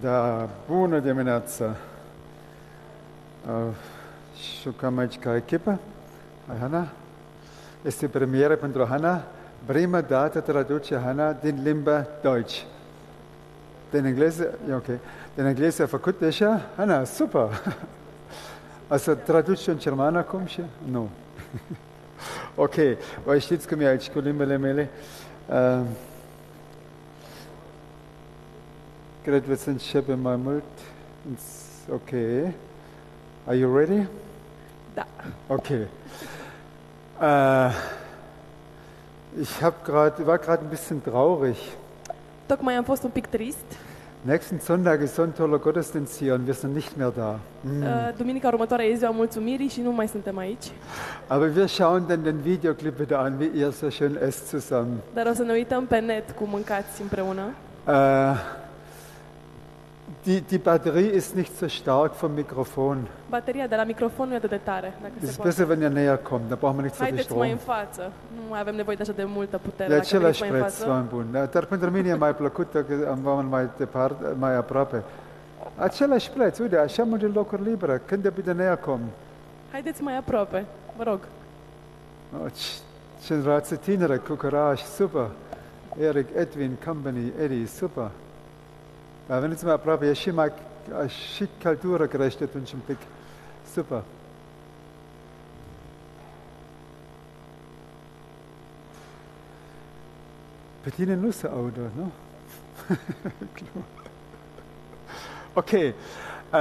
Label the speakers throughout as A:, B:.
A: Da, bună dimineața! Uh, Jucăm aici ca echipă. Hai, Hana. Este premieră pentru Hana. Prima dată traduce Hana din limba Deutsch. Din engleză, e ok. Din engleză a făcut deja? Hana, super! Asta traduci și în germană acum și? Nu. ok, voi știți cum e aici cu limbele mele. Uh, Cred veți începe mai mult. It's ok. Are you ready?
B: Da.
A: Ok. Äh, ich hab grad, war gerade ein bisschen traurig.
B: Tocmai am fost un pic trist.
A: Nächsten Sonntag ist so ein toller Gottesdienst hier und wir sind nicht mehr da.
B: Uh, Duminica următoare e ziua mulțumirii și nu mai suntem aici.
A: Aber wir schauen dann den Videoclip wieder an, wie ihr so schön esst zusammen.
B: Dar o să ne uităm pe net cum mâncați împreună.
A: Äh, die, die Batterie ist nicht so stark vom Mikrofon.
B: Bateria de la microfon nu e atât de tare, dacă
A: Es
B: se
A: ist
B: poate.
A: besser, wenn ihr näher kommt, da brauchen wir nicht so viel
B: Haideți mai în
A: Strom.
B: față. Nu mai avem nevoie de așa de multă putere.
A: De
B: Dacă veniți
A: același
B: mai în
A: preț,
B: față,
A: oameni buni. Da, Dar pentru mine e mai plăcut dacă am oameni mai departe, mai aproape. Același preț, uite, așa multe locuri libere. Când de bine ne acum?
B: haideți mai aproape, vă rog.
A: O, ce- Generație tineră, cu curaj, super. Eric, Edwin, Company, Eddie, super. Dar veniți mai aproape, e și mai, și căldură crește atunci un pic. Super. Pe tine nu se audă, nu? Glumă. okay. Uh,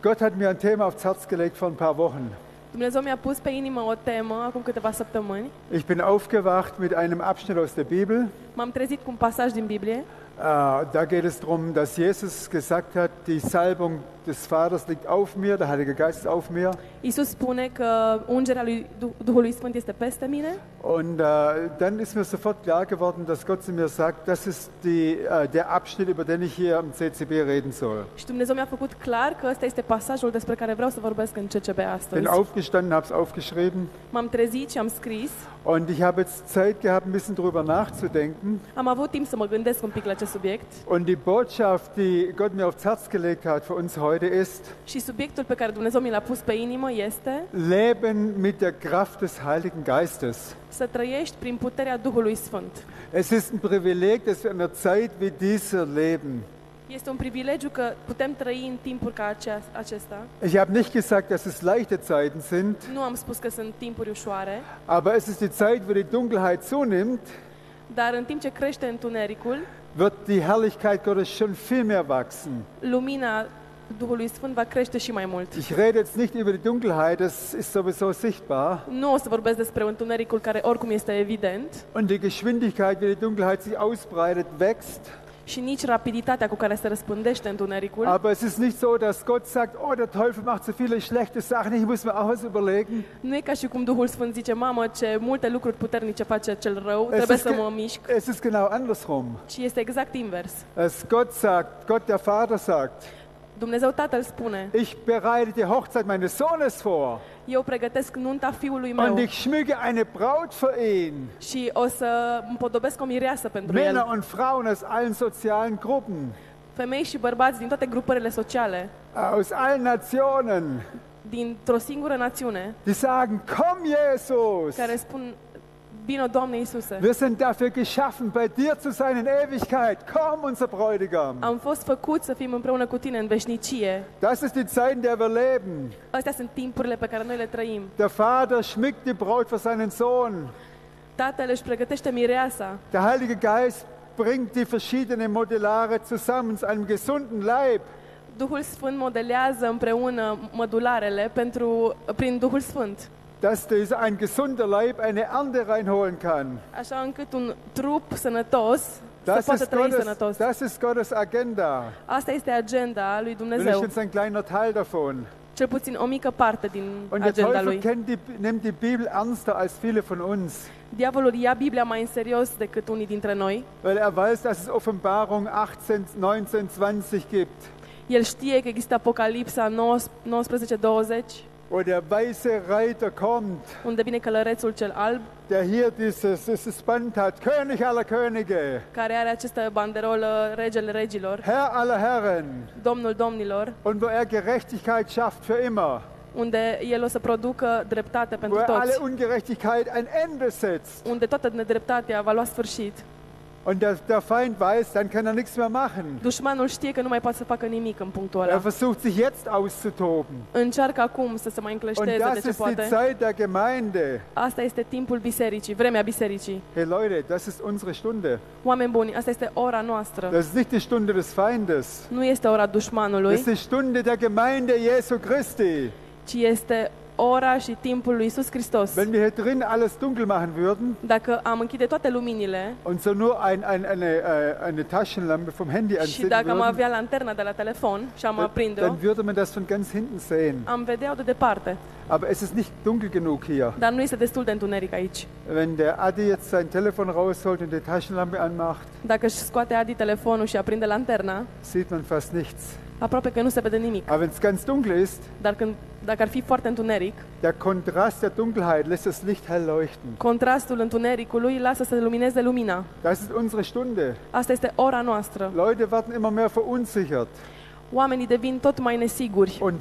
A: Gott hat mir ein Thema aufs Herz gelegt vor ein paar Wochen.
B: Dumnezeu mi-a pus pe inimă o temă acum câteva săptămâni.
A: Ich bin aufgewacht mit einem Abschnitt aus der Bibel.
B: M-am trezit cu un pasaj din Biblie.
A: Äh, Da geht es darum, dass Jesus gesagt hat, die Salbung des Vaters liegt auf mir, der Heilige Geist ist auf mir.
B: Iisus spune că ungerea lui Duh- Duhului Sfânt este peste mine
A: Und äh, dann ist mir sofort klar geworden, dass Gott zu mir sagt, das ist die, äh, der Abschnitt, über den ich hier am CCB reden soll.
B: și Dumnezeu mi-a făcut clar că ăsta este pasajul despre care vreau să vorbesc în CCB
A: Bin
B: astăzi.
A: aufgestanden, habe es aufgeschrieben
B: M-am trezit și am scris.
A: und ich habe jetzt Zeit gehabt, ein bisschen drüber nachzudenken.
B: Am avut timp să mă gândesc un pic la acest subiect
A: Und die Botschaft, die Gott mir aufs Herz gelegt hat für uns heute ist,
B: și subiectul pe care Dumnezeu mi l-a pus pe inimă este
A: Leben mit der Kraft des Heiligen Geistes.
B: să trăiești prin puterea Duhului Sfânt.
A: Es ist ein Privileg, dass wir in einer Zeit wie dieser leben.
B: Este un privilegiu că putem trăi în timpuri ca acea- acesta.
A: Ich habe nicht gesagt, dass es leichte Zeiten sind,
B: Nu am spus că sunt timpuri ușoare,
A: aber es ist die Zeit, wo die Dunkelheit zunimmt,
B: dar în timp ce crește întunericul,
A: wird die Herrlichkeit Gottes schon viel mehr wachsen.
B: lumina Duhului Sfânt va crește și mai mult.
A: Ich rede jetzt nicht über die Dunkelheit, das ist sowieso sichtbar.
B: Nu o să vorbesc despre întunericul care oricum este evident
A: Und die Geschwindigkeit, wie die Dunkelheit sich ausbreitet, wächst.
B: și nici rapiditatea cu care se răspândește întunericul.
A: Aber es ist nicht so, dass Gott sagt, oh, der Teufel macht so viele schlechte Sachen, ich muss mir auch was überlegen.
B: Nu e ca și cum Duhul Sfânt zice, mamă, ce multe lucruri puternice face cel rău,
A: Es
B: trebuie
A: ist,
B: să mă
A: ge-
B: mișc.
A: es ist genau andersrum.
B: Și este exact invers.
A: Es Gott sagt, Gott der Vater sagt,
B: Dumnezeu Tatăl spune,
A: Ich bereite die Hochzeit meines Sohnes vor
B: eu pregătesc nunta fiului meu
A: und ich schmücke eine Braut für ihn.
B: și o să împodobesc o mireasă pentru
A: Männer
B: el.
A: und Frauen aus allen sozialen Gruppen,
B: Femei și bărbați din toate grupările sociale,
A: aus allen Nationen,
B: dintr-o singură națiune,
A: die sagen, komm Jesus,
B: care spun, vino Doamne Iisuse,
A: wir sind dafür geschaffen, bei dir zu sein in Ewigkeit. Komm, unser Bräutigam.
B: am fost făcut să fim împreună cu tine în veșnicie.
A: Das ist die Zeit, in der wir leben.
B: Astea sunt timpurile pe care noi le trăim.
A: Der Vater schmückt die Braut für seinen Sohn.
B: Tatăl își pregătește mireasa,
A: Der Heilige Geist bringt die verschiedenen Modellare zusammen zu einem gesunden Leib.
B: Duhul Sfânt modelează împreună mădularele pentru, prin Duhul Sfânt,
A: dass dieser ein gesunder Leib eine Ernte reinholen kann.
B: așa încât un trup sănătos
A: Das
B: să poată
A: ist,
B: trăi
A: Gottes,
B: sănătos.
A: das ist Gottes Agenda.
B: Asta este agenda lui
A: Und ich
B: Dumnezeu,
A: bin jetzt ein kleiner Teil davon.
B: cel puțin o mică parte din
A: Und der
B: agenda
A: Teufel
B: lui.
A: kennt die, nimmt die Bibel ernster als viele von uns,
B: Diavolul ia Biblia mai în serios decât unii dintre noi.
A: weil er weiß, dass es Offenbarung 18, 19, 20 gibt.
B: El știe că există Apocalipsa 19, 20,
A: Und der weiße Reiter kommt,
B: unde vine călărețul cel alb,
A: der hier dieses, dieses Band hat, König aller Könige,
B: care are această banderolă Regele Regilor,
A: Herr aller Herren,
B: Domnul Domnilor,
A: und wo er Gerechtigkeit schafft für immer,
B: unde El o să producă dreptate
A: wo
B: pentru
A: er alle
B: toți,
A: Ungerechtigkeit ein Ende setzt.
B: unde toată nedreptatea va lua sfârșit.
A: Und der, der Feind weiß, dann kann er nichts mehr machen.
B: Dușmanul știe că nu mai poate să facă nimic în punctul
A: Er
B: ăla.
A: versucht sich jetzt auszutoben.
B: Încearcă acum să se mai
A: Und
B: încleșteze de
A: das
B: ce
A: ist die
B: poate.
A: Zeit der Gemeinde.
B: Asta este timpul bisericii, vremea bisericii.
A: Hey Leute, das ist unsere Stunde.
B: Oameni buni, asta este ora noastră.
A: Das ist nicht die Stunde des Feindes.
B: Nu este ora
A: Das
B: dușmanului,
A: ist die Stunde der Gemeinde Jesu Christi.
B: ci este ora și timpul lui Isus Hristos.
A: Wenn wir hier drin alles dunkel machen würden
B: Dacă am închide toate luminile
A: und so nur ein, ein, eine, äh, eine Taschenlampe vom Handy
B: și
A: anzünden
B: dacă am
A: würden,
B: avea lanterna de la telefon și am
A: dann,
B: aprinde-o,
A: dann würde man das von ganz hinten sehen.
B: am vedea de departe.
A: Aber es ist nicht dunkel genug hier.
B: Dar nu este destul de întuneric aici.
A: Wenn der Adi jetzt sein Telefon rausholt und die Taschenlampe anmacht,
B: Dacă își scoate Adi telefonul și aprinde lanterna,
A: sieht man fast nichts.
B: aproape că nu se vede nimic.
A: Aber wenn es ganz dunkel ist,
B: Dar când, dacă ar fi foarte întuneric,
A: der Kontrast der Dunkelheit lässt das Licht hell leuchten.
B: contrastul întunericului lasă să lumineze lumina.
A: Das ist unsere Stunde.
B: Asta este ora noastră.
A: Leute werden immer mehr verunsichert.
B: Oamenii devin tot mai nesiguri.
A: Und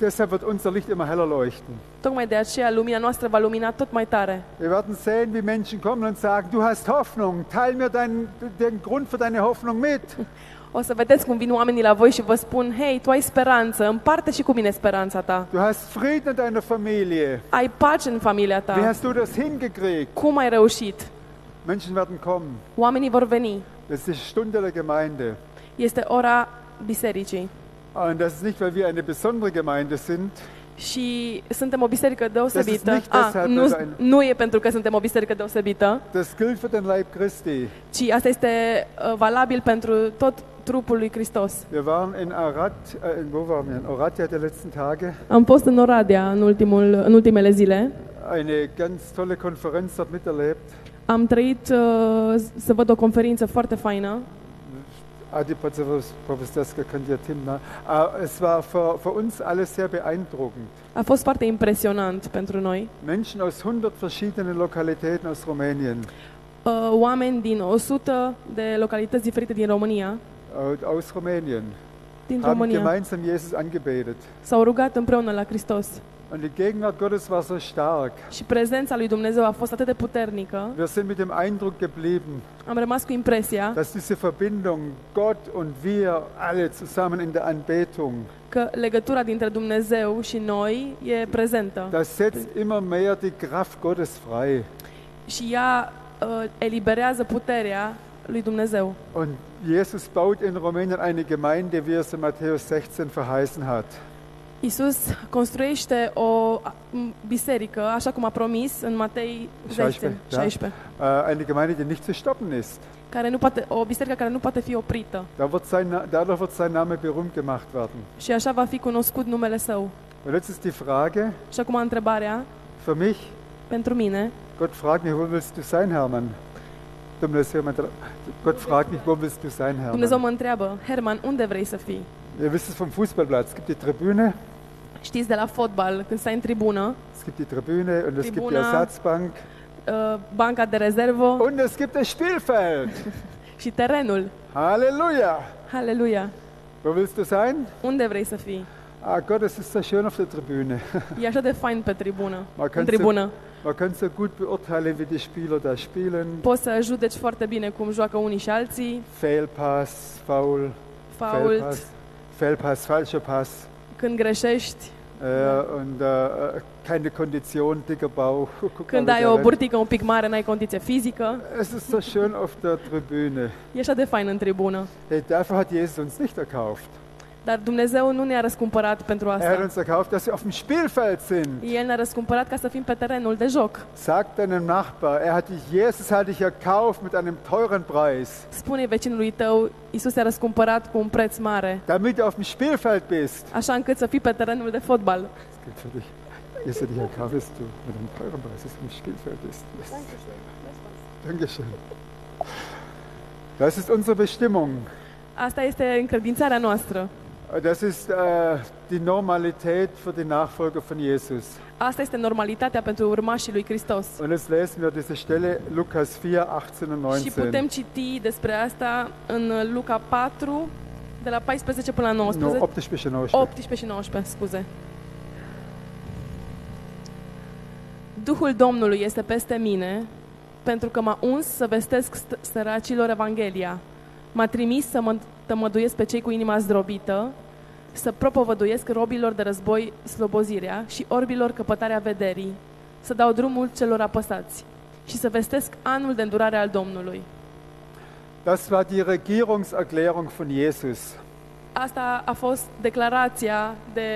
A: deshalb wird unser Licht immer heller leuchten.
B: Tocmai de aceea lumina noastră va lumina tot mai tare.
A: Wir werden sehen, wie Menschen kommen und sagen, du hast Hoffnung, teil mir deinen, den Grund für deine Hoffnung mit.
B: O să vedeți cum vin oamenii la voi și vă spun, hei, tu ai speranță, împarte și cu mine speranța ta.
A: Du hast Frieden in deiner Familie.
B: Ai pace în familia
A: Wie
B: ta.
A: hast du das hingekriegt?
B: Cum ai reușit?
A: Menschen werden kommen.
B: Oamenii vor veni.
A: Das ist die Stunde der Gemeinde.
B: Este ora bisericii.
A: Und das ist nicht, weil wir eine besondere Gemeinde sind,
B: Și suntem o biserică deosebită.
A: This is nicht
B: A, nu,
A: deshalb that I-
B: nu e pentru că suntem o biserică deosebită,
A: das gilt für den Leib Christi.
B: ci asta este uh, valabil pentru tot trupul lui Hristos.
A: Wir waren in Arad, äh, in- wo waren wir? In Oradja der letzten Tage.
B: Am fost în Oradea în, ultimul, în ultimele zile.
A: Eine ganz tolle Konferenz dort miterlebt.
B: Am trăit uh, să văd o conferință foarte faină.
A: Adi Poposteska könnte ja Tim ne? Äh, Es war für, für uns alles sehr beeindruckend.
B: A fost foarte impresionant pentru noi.
A: Menschen aus 100 verschiedenen Lokalitäten aus Rumänien,
B: Uh, oameni din 100 de localități diferite din România,
A: äh, aus Rumänien,
B: din
A: haben
B: România,
A: gemeinsam Jesus angebetet.
B: s-au rugat împreună la Hristos.
A: Und die Gegenwart Gottes war so stark.
B: Și prezența lui Dumnezeu a fost atât de puternică.
A: Wir sind mit dem Eindruck geblieben,
B: Am rămas cu impresia
A: dass diese Verbindung Gott und wir alle zusammen in der Anbetung,
B: că legătura dintre Dumnezeu și noi e prezentă
A: das setzt immer mehr die Kraft Gottes frei.
B: și ea uh, eliberează puterea lui Dumnezeu.
A: Und Jesus baut in Rumänien eine Gemeinde, wie er es in Matthäus 16 verheißen hat.
B: Isus construiește o a, m, biserică, așa cum a promis în Matei 16,
A: 16, da.
B: 16
A: Äh, Eine Gemeinde, die nicht zu stoppen ist.
B: care nu poate, o biserică care nu poate fi oprită
A: Da wird sein, Na- dadurch wird sein Name berühmt gemacht werden.
B: și așa va fi cunoscut numele Său.
A: Und jetzt ist die Frage
B: Și acum întrebarea
A: für mich,
B: pentru mine,
A: Gott fragt mich, wo willst du sein, Hermann? Dumnezeu mă întreb- Gott fragt mich, wo willst du sein,
B: Dumnezeu
A: Hermann?
B: mă întreabă, Herman, unde vrei să fii?
A: Ihr wisst es vom Fußballplatz. Es gibt die Tribüne,
B: Știți de la fotbal, când stai în tribună,
A: es gibt die Tribüne und es gibt die
B: Tribuna.
A: Ersatzbank
B: uh, banca de rezervă
A: und es gibt das Spielfeld.
B: și terenul.
A: Halleluja!
B: Haleluia!
A: Wo willst du sein?
B: Unde vrei să fii?
A: Ah Gott, es ist so schön auf der Tribüne.
B: E așa de fain pe tribună.
A: Mă, că
B: în tribună.
A: Man kann so gut beurteilen, wie die Spieler da spielen.
B: Poți să judeci foarte bine cum joacă unii și alții,
A: Failpass, Foul,
B: fault,
A: Failpass, Failpass, falscher Pass.
B: când greșești,
A: Äh, Und äh, äh, keine Kondition, dicker Bauch. Guck mal,
B: când
A: wie
B: ai
A: der
B: o
A: rennt.
B: burtică un pic mare, n-ai condiție fizică.
A: Es ist so schön auf der Tribüne.
B: E așa de fain în tribună.
A: Hey, dafür hat Jesus uns nicht erkauft.
B: Dar Dumnezeu nu ne-a răscumpărat pentru
A: Er hat
B: asta.
A: uns erkauft, dass wir auf dem Spielfeld sind.
B: El ne-a răscumpărat ca să fim pe terenul de joc.
A: Sag deinem Nachbar, er hat dich, Jesus hat dich erkauft mit einem teuren Preis,
B: Spune vecinului tău, Isus te-a răscumpărat cu un preț mare,
A: damit du auf dem Spielfeld bist.
B: așa încât să fii pe terenul de fotbal.
A: Das gilt für dich. Jesus hat dich erkauft, dass du mit einem teuren Preis auf dem Spielfeld bist. Das- Dankeschön. Das ist unsere Bestimmung.
B: Asta este încredințarea noastră.
A: Das ist äh, die Normalität für die Nachfolger von Jesus.
B: Asta este normalitatea pentru urmașii lui Hristos.
A: Und jetzt lesen wir diese Stelle Lukas 4, 18 und
B: Și putem
A: 19.
B: citi despre asta în Luca 4, de la 14 până la
A: Nu,
B: 19.
A: 18 și 19.
B: 18 și 19, scuze. Duhul Domnului este peste mine, pentru că m-a uns să vestesc st- săracilor Evanghelia. M-a trimis să mă tămăduiesc pe cei cu inima zdrobită, să propovăduiesc robilor de război slobozirea și orbilor căpătarea vederii, să dau drumul celor apăsați și să vestesc anul de îndurare al Domnului.
A: Das war die Regierungserklärung von Jesus.
B: Asta a fost declarația de,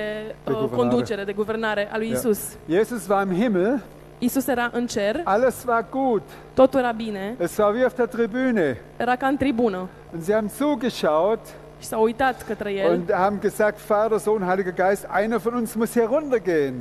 A: De
B: uh,
A: guvernare.
B: conducere, de guvernare a lui
A: Da.
B: Isus.
A: Jesus war im Himmel,
B: Isus era în cer,
A: alles war gut.
B: totul era bine,
A: Es war wie auf der Tribüne.
B: era ca în tribună
A: Und sie haben zugeschaut
B: și s-au uitat către el,
A: und haben gesagt, Vater, Sohn, Heiliger Geist, einer von uns muss heruntergehen.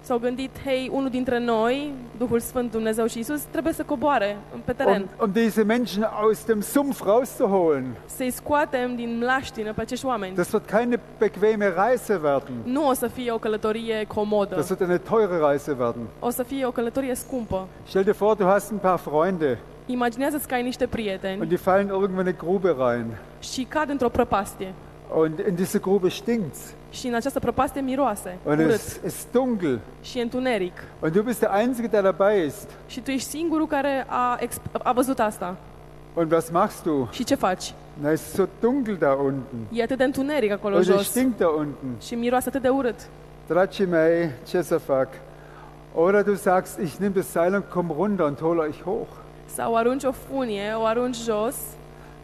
B: s-au gândit, hei, unul dintre noi, Duhul Sfânt, Dumnezeu și Isus, trebuie să coboare în- pe
A: Um,
B: teren,
A: um diese Menschen aus dem Sumpf rauszuholen.
B: să-i scoatem din mlaștină pe acești oameni.
A: Das wird keine bequeme Reise werden.
B: Nu o să fie o călătorie comodă,
A: Das wird eine teure Reise werden.
B: o să fie o călătorie scumpă.
A: Stell dir vor, du hast ein paar Freunde
B: Imaginează-ți că ai niște
A: und
B: prieteni
A: die fallen irgendwo in eine Grube rein.
B: și cad într-o prăpastie
A: Und in diese Grube stinkt's.
B: și în această prăpastie miroase,
A: Und es
B: urât
A: ist dunkel.
B: și e întuneric.
A: Und du bist der Einzige, der dabei ist.
B: Și tu ești singurul care a, exp- a văzut asta.
A: Und was machst du?
B: Și ce faci?
A: Na, es ist so dunkel da unten.
B: E atât de întuneric acolo
A: Und es
B: jos.
A: stinkt da unten.
B: și miroase atât de urât.
A: Drachimei, Chesafak. Oder du sagst, ich nehme das Seil und komm runter und hole euch hoch.
B: Sau arunci o funie, o arunci jos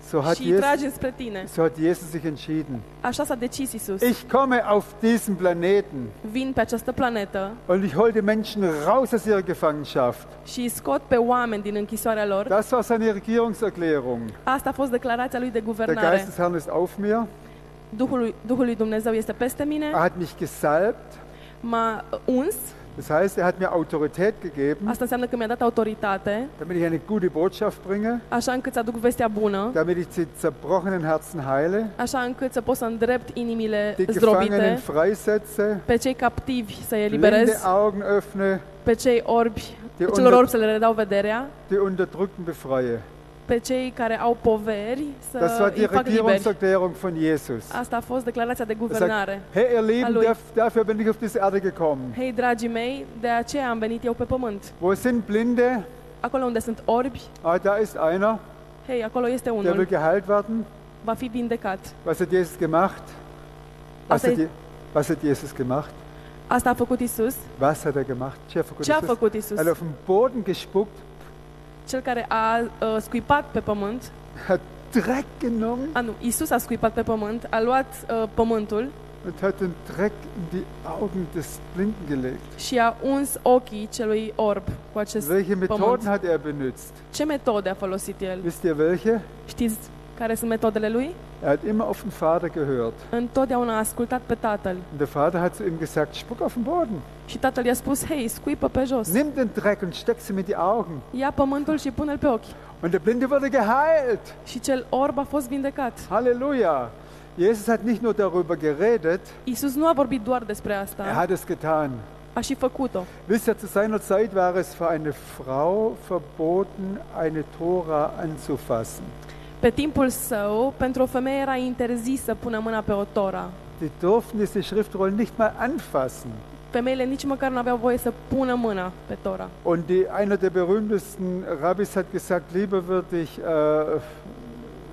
A: So hat,
B: și îi
A: Jesus,
B: tragi spre tine.
A: so hat Jesus sich entschieden.
B: Așa s-a decis Isus.
A: Ich komme auf diesen Planeten
B: Vin pe această planetă
A: und ich hole die Menschen raus aus ihrer Gefangenschaft.
B: și îi scot pe oameni din închisoarea lor.
A: Das war seine Regierungserklärung.
B: Asta a fost declarația lui de
A: Der
B: guvernare.
A: Geist des Herrn ist auf mir.
B: Duhul lui, Duhul lui Dumnezeu este peste
A: Er
B: mine,
A: hat mich gesalbt.
B: m-a uns,
A: Das heißt, er hat mir Autorität gegeben,
B: asta înseamnă că mi-a dat autoritate,
A: damit ich eine gute Botschaft bringe,
B: așa încât să aduc vestea bună,
A: damit ich die zerbrochenen Herzen heile,
B: așa încât să pot să îndrept inimile
A: die Gefangenen
B: zdrobite,
A: freisetze,
B: pe cei captivi să îi
A: blinde
B: eliberez,
A: Augen öffne,
B: pe cei orbi,
A: die,
B: pe celor
A: unter,
B: orbi să le redau vederea,
A: die Unterdrückten befreie.
B: pe cei care au poveri
A: Das war
B: să
A: Äh,
B: Exact.
A: die
B: îi fac liberi.
A: Regierungserklärung von Jesus.
B: Asta a fost declarația de guvernare.
A: Hey, ihr Lieben,
B: Hallo.
A: daf- dafür bin ich auf diese Erde gekommen.
B: Hei, dragii mei, de aceea am venit eu pe pământ.
A: Wo sind Blinde?
B: Acolo unde sunt orbi,
A: Ah, da ist einer,
B: hei, acolo este
A: der will
B: unul.
A: geheilt werden.
B: Va fi vindecat.
A: Was hat Jesus gemacht? Was
B: Asta,
A: hat,
B: e,
A: Je- was hat Jesus gemacht?
B: asta a făcut Isus.
A: Was hat er gemacht? Chef,
B: Ce a făcut Isus?
A: hat auf den Boden gespuckt,
B: Cel care a uh, scuipat pe pământ,
A: hat Dreck genommen
B: a, nu, Isus a scuipat pe pământ, a luat uh, pământul
A: und hat den Dreck in die Augen des Blinden gelegt.
B: și a uns ochii celui orb cu acest...
A: Welche Methoden
B: Moment.
A: hat er benutzt?
B: Ce metode a folosit el?
A: Wisst ihr welche?
B: Știți care sunt metodele lui?
A: Er hat immer auf den Vater gehört.
B: Întotdeauna a ascultat pe tatăl.
A: Und der Vater hat zu ihm gesagt, spuck auf den Boden,
B: Și tatăl i-a spus, hei, scuipă pe jos.
A: nimm den Dreck und steck sie mit die Augen.
B: Ia pământul și pune-l pe ochi.
A: Und der Blinde wurde geheilt.
B: Și cel orb a fost vindecat.
A: Halleluja. Jesus hat nicht nur darüber geredet,
B: Isus nu a vorbit doar despre
A: er
B: asta,
A: hat es getan.
B: a și făcut-o.
A: Wisst ihr, zu seiner Zeit war es für eine Frau verboten, eine Tora anzufassen.
B: Pe timpul său, pentru o femeie era interzis să pună mâna pe o tora.
A: Die durften diese Schriftrollen nicht mal anfassen.
B: Femeile nici măcar nu aveau voie să pună mâna pe tora.
A: Und die, einer der berühmtesten Rabbis hat gesagt, lieber würde ich äh,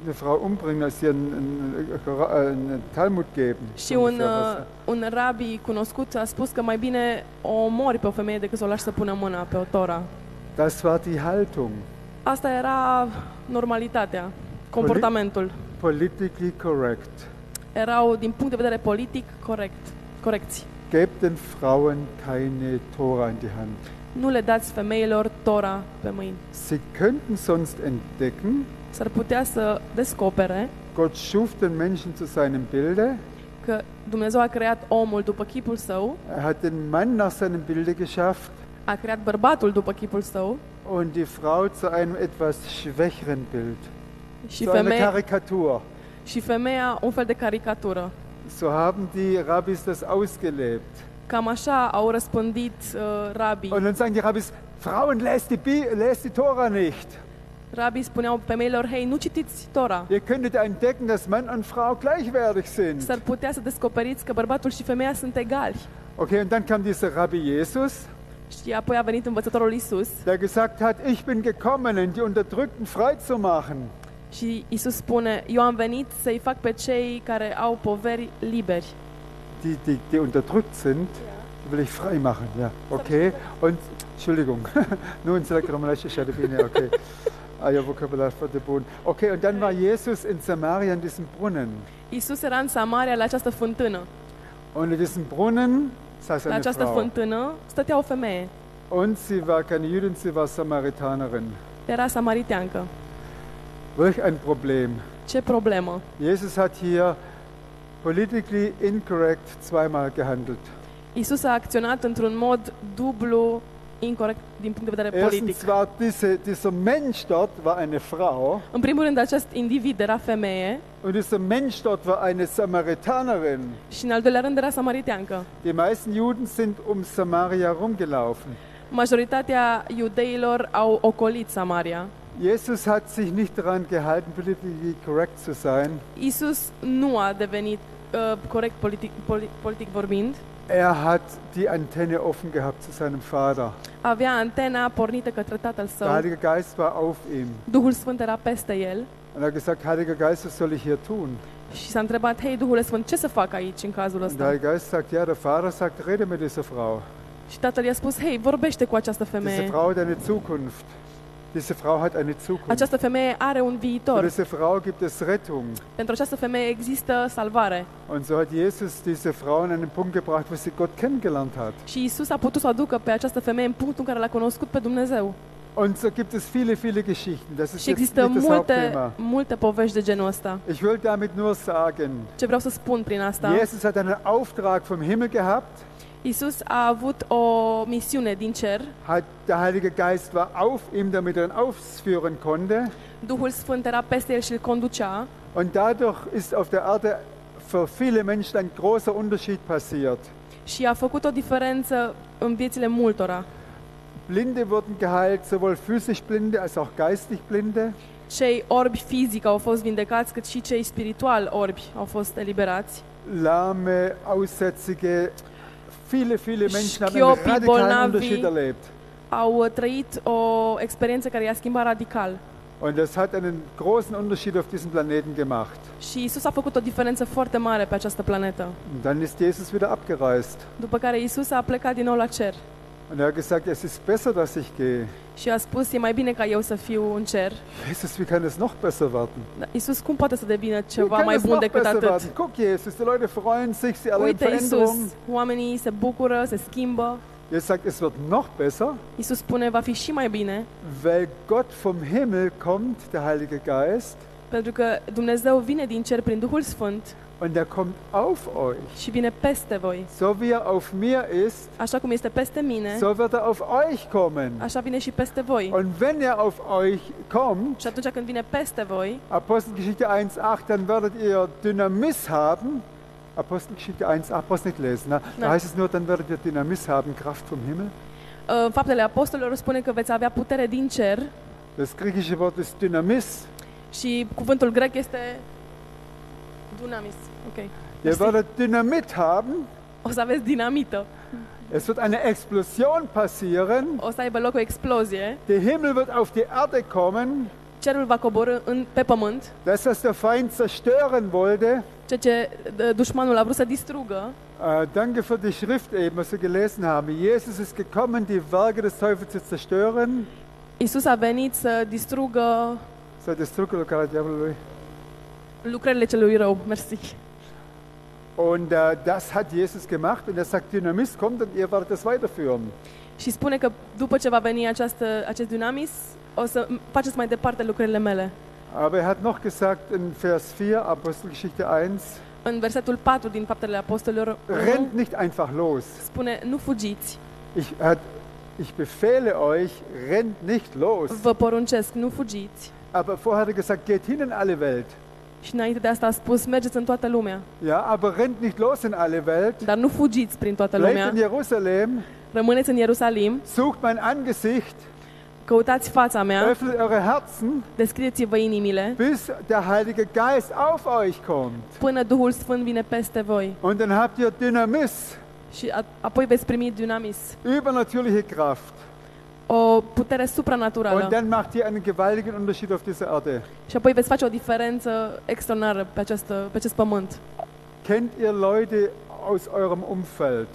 A: eine Frau umbringen, als ihr einen, einen, einen Talmud geben.
B: Și un,
A: Ungefähr was.
B: uh, un rabi cunoscut a spus că mai bine o omori pe o femeie decât să o lași să pună mâna pe o tora.
A: Das war die Haltung.
B: Asta era normalitatea, comportamentul.
A: Politically correct.
B: Erau, din punct de vedere politic, corect, corecți.
A: Gebt den Frauen keine Tora in die Hand.
B: Nu le dați femeilor tora pe mâini.
A: Sie könnten sonst entdecken,
B: S-ar putea să descopere
A: Gott schuf den Menschen zu seinem Bilde.
B: că Dumnezeu a creat omul după chipul său,
A: Er hat den Mann nach seinem Bilde geschafft
B: a creat bărbatul după chipul său
A: und die Frau zu einem etwas schwächeren Bild.
B: și,
A: Zu einer
B: feme-
A: Karikatur.
B: și femeia un fel de caricatură.
A: So haben die Rabbis das ausgelebt.
B: Cam așa au răspândit uh, rabii.
A: Und dann sagen die Rabbis, Frauen, lest die, Bi lest die Tora nicht.
B: Rabii spuneau femeilor, hei, nu citiți Tora.
A: Ihr könntet entdecken, dass Mann und Frau gleichwertig sind.
B: S-ar putea să descoperiți că bărbatul și femeia sunt egali.
A: Okay, und dann kam dieser Rabbi Jesus,
B: Și apoi a venit învățătorul Isus
A: der gesagt hat, ich bin gekommen, um die Unterdrückten frei zu machen.
B: și Isus spune, eu am venit să-i fac pe cei care au poveri liberi.
A: Die, die, die unterdrückt sind, die will ich frei machen. Ja, okay. Und, Entschuldigung, nun sag ich nochmal, ich hatte Biene, okay. Ah ja, Vokabular für den Boden. Okay, und dann war Jesus in Samaria in diesem Brunnen.
B: Isus era în Samaria la această fântână.
A: Und in diesem Brunnen saß
B: La
A: eine
B: această
A: Frau.
B: fântână stătea o femeie.
A: Und sie war keine Jüdin, sie war Samaritanerin.
B: Era samariteancă.
A: Welch ein Problem.
B: Ce problemă?
A: Jesus hat hier politically incorrect zweimal gehandelt.
B: Isus a acționat într-un mod dublu incorrect din punct de vedere politic.
A: Erstens war diese, dieser Mensch dort war eine Frau
B: În primul rând, acest individ era femeie
A: und dieser Mensch dort war eine Samaritanerin.
B: și în al doilea rând era samariteancă.
A: Die meisten Juden sind um Samaria rumgelaufen.
B: Majoritatea iudeilor au ocolit Samaria.
A: Jesus hat sich nicht daran gehalten, politically correct zu sein.
B: Isus nu a devenit uh, corect politic, poli, politic vorbind.
A: Er hat die Antenne offen gehabt zu seinem Vater.
B: Avea antena pornită către tatăl
A: Der
B: său.
A: Heilige Geist war auf ihm.
B: Duhul Sfânt era peste el
A: Und er hat gesagt, Heiliger Geist, was soll ich hier tun?
B: și s-a întrebat, hei, Duhul Sfânt, ce să fac aici în cazul
A: Und der
B: ăsta?
A: Heilige Geist sagt, ja, der Vater sagt, rede mit dieser Frau.
B: Și tatăl i-a spus, hei, vorbește cu această
A: Diese
B: femeie.
A: Frau hat eine Zukunft. Diese Frau hat eine Zukunft.
B: Această femeie are un
A: Für
B: viitor.
A: diese Frau gibt es Rettung.
B: Pentru această femeie există salvare.
A: Und so hat Jesus diese Frau an einen Punkt gebracht, wo sie Gott kennengelernt hat.
B: Și Isus a putut să o aducă pe această femeie în punctul în care l-a cunoscut pe Dumnezeu.
A: Und so gibt es viele, viele Geschichten. Das ist jetzt
B: Și
A: nicht
B: există
A: das
B: multe,
A: Hauptthema.
B: multe povești de genul ăsta.
A: Ich will damit nur sagen,
B: Ce vreau să spun prin asta?
A: Jesus hat einen Auftrag vom Himmel gehabt.
B: Isus a avut o misiune din cer.
A: Hat, der Heilige Geist war auf ihm, damit er ihn ausführen konnte.
B: Duhul Sfânt era peste el și îl conducea.
A: Und dadurch ist auf der Erde für viele Menschen ein großer Unterschied passiert.
B: Și a făcut o diferență în viețile multora.
A: Blinde wurden geheilt, sowohl physisch Blinde als auch geistig Blinde.
B: Cei orbi fizic au fost vindecați, cât și cei spiritual orbi au fost eliberați.
A: Lahme, Aussätzige, viele, viele Menschen haben einen
B: Schiopi,
A: radikalen
B: Bolnavi.
A: Unterschied erlebt.
B: Au uh, trăit o experiență care i-a schimbat radical.
A: Und das hat einen großen Unterschied auf diesem Planeten gemacht.
B: Și Isus a făcut o diferență foarte mare pe această planetă.
A: Und dann ist Jesus wieder abgereist.
B: După care Isus a plecat din nou la cer
A: Und er hat gesagt, es ist besser, dass ich gehe.
B: și a spus, e mai bine ca eu să fiu în cer.
A: Jesus, wie kann es noch besser werden?
B: Dar Isus, cum poate să devină
A: Wie
B: ceva
A: kann
B: mai
A: es
B: bun
A: noch
B: decât
A: besser
B: atât?
A: werden? Guck, Jesus, die Leute freuen sich, sie erleben
B: Uite,
A: Veränderungen.
B: Isus, oamenii se bucură, se schimbă.
A: Jesus sagt, es wird noch besser,
B: Isus spune, va fi și mai bine,
A: weil Gott vom Himmel kommt, der Heilige Geist,
B: pentru că Dumnezeu vine din cer prin Duhul Sfânt
A: und er kommt auf euch.
B: și vine peste voi.
A: So wie er auf mir ist,
B: Așa cum este peste mine,
A: so wird er auf euch kommen.
B: așa vine și peste voi.
A: Und wenn er auf euch kommt,
B: Și atunci când vine peste voi,
A: Apostelgeschichte 1,8, dann werdet ihr Dynamis haben. Apostelgeschichte 1, brauchst nicht lesen. Ne? Da
B: Nein.
A: heißt es nur, dann werdet ihr Dynamis haben, Kraft vom Himmel.
B: în uh, faptele apostolilor spune că veți avea putere din cer
A: Das griechische Wort ist Dynamis.
B: și cuvântul grec este dunamis. Ok.
A: Ihr
B: Mersi.
A: werdet Dynamit haben.
B: O să aveți dinamită.
A: Es wird eine Explosion passieren.
B: O să aibă loc o explozie.
A: Der Himmel wird auf die Erde kommen.
B: Cerul va coborâ în, pe pământ,
A: Das, was der Feind zerstören wollte.
B: ceea ce uh, dușmanul a vrut să distrugă.
A: Äh, danke für die Schrift eben, was wir gelesen haben. Jesus ist gekommen, die Werke des Teufels zu zerstören.
B: Isus a venit să distrugă
A: Să distrugă lucrarea diavolului.
B: lucrările celui rău. Mersi.
A: Und äh, das hat Jesus gemacht und er sagt, Dynamis kommt und ihr werdet das weiterführen.
B: Și spune că după ce va veni această, acest dunamis, o să faceți mai departe lucrările mele.
A: Aber er hat noch gesagt in Vers 4, Apostelgeschichte 1,
B: În versetul 4 din Faptele Apostolilor
A: rennt nicht einfach los.
B: spune, nu fugiți,
A: Ich, er hat, ich befehle euch, rennt nicht los.
B: vă poruncesc, nu fugiți.
A: Aber vorher hat er gesagt, geht hin in alle Welt.
B: Și înainte de asta a spus, mergeți în toată lumea,
A: Ja, aber rennt nicht los in alle Welt.
B: dar nu fugiți prin toată
A: Bleibt
B: lumea,
A: in Jerusalem,
B: rămâneți în Ierusalim,
A: sucht mein Angesicht,
B: căutați fața mea,
A: öffnet eure Herzen,
B: descrieți-vă inimile,
A: bis der Heilige Geist auf euch kommt.
B: până Duhul Sfânt vine peste voi
A: Und dann habt ihr Dynamis,
B: și a, apoi veți primi dinamis,
A: übernatürliche Kraft.
B: o putere
A: Und
B: supranaturală
A: dann macht ihr einen gewaltigen Unterschied auf dieser Erde.
B: și apoi veți face o diferență extraordinară pe, această, pe acest pământ.
A: Kennt ihr Leute aus eurem Umfeld,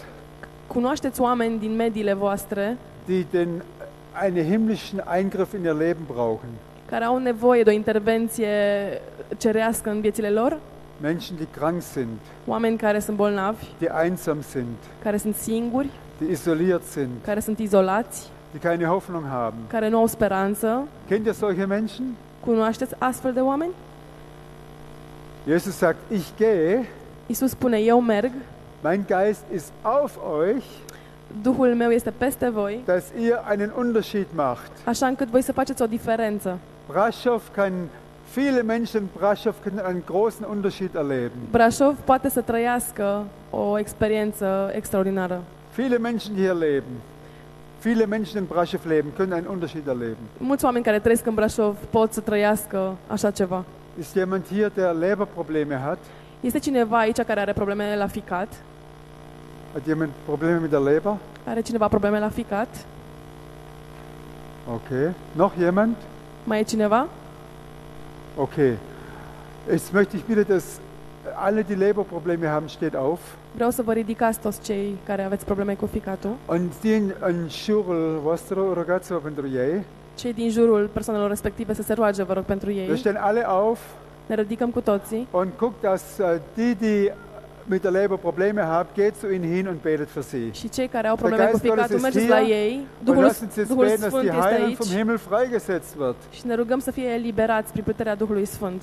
B: Cunoașteți oameni din mediile voastre
A: die den äh, einen himmlischen Eingriff in ihr Leben brauchen?
B: care au nevoie de o intervenție cerească în viețile lor,
A: Menschen, die krank sind,
B: oameni care sunt bolnavi,
A: die einsam sind,
B: care sunt singuri,
A: die isoliert sind,
B: care sunt izolați,
A: die keine Hoffnung haben.
B: care nu au speranță.
A: Kennt ihr solche Menschen?
B: Cunoașteți astfel de oameni?
A: Jesus sagt, ich gehe,
B: Isus spune, eu merg,
A: mein Geist ist auf euch,
B: Duhul meu este peste voi,
A: dass ihr einen Unterschied macht.
B: așa încât voi să faceți o diferență.
A: Braschow kann, viele Menschen in Braschow können einen großen Unterschied erleben.
B: Brașov poate să trăiască o experiență extraordinară.
A: Viele Menschen, die hier leben, viele Menschen in Braschow leben, können einen Unterschied erleben.
B: Mulți oameni care trăiesc în Brașov pot să trăiască așa ceva.
A: Ist jemand hier, der Leberprobleme hat?
B: Este cineva aici care are probleme la ficat?
A: Hat jemand Probleme mit der Leber?
B: Are cineva probleme la ficat?
A: Okay. Noch jemand?
B: Mai e cineva?
A: Okay. Jetzt möchte ich bitte, dass alle, die Leberprobleme haben, steht auf.
B: Vreau să vă ridicați toți cei care aveți probleme cu ficatul,
A: Und die în jurul vostru rugăți-vă pentru ei.
B: cei din jurul persoanelor respective să se roage, vă rog, pentru
A: Wir
B: ei.
A: stehen alle auf
B: Ne ridicăm cu toții
A: und guckt, dass äh, die, die mit der Leber Probleme haben, geht zu ihnen hin und betet für sie.
B: și cei care au probleme cu
A: Geist Gottes
B: ficatul,
A: ist
B: mergeți
A: hier.
B: la ei,
A: Und
B: Duhul,
A: lasst uns jetzt
B: Duhul
A: beten, dass
B: Sfânt
A: die
B: este
A: Heilung vom
B: aici
A: Himmel freigesetzt wird.
B: și ne rugăm să fie eliberați prin puterea Duhului Sfânt.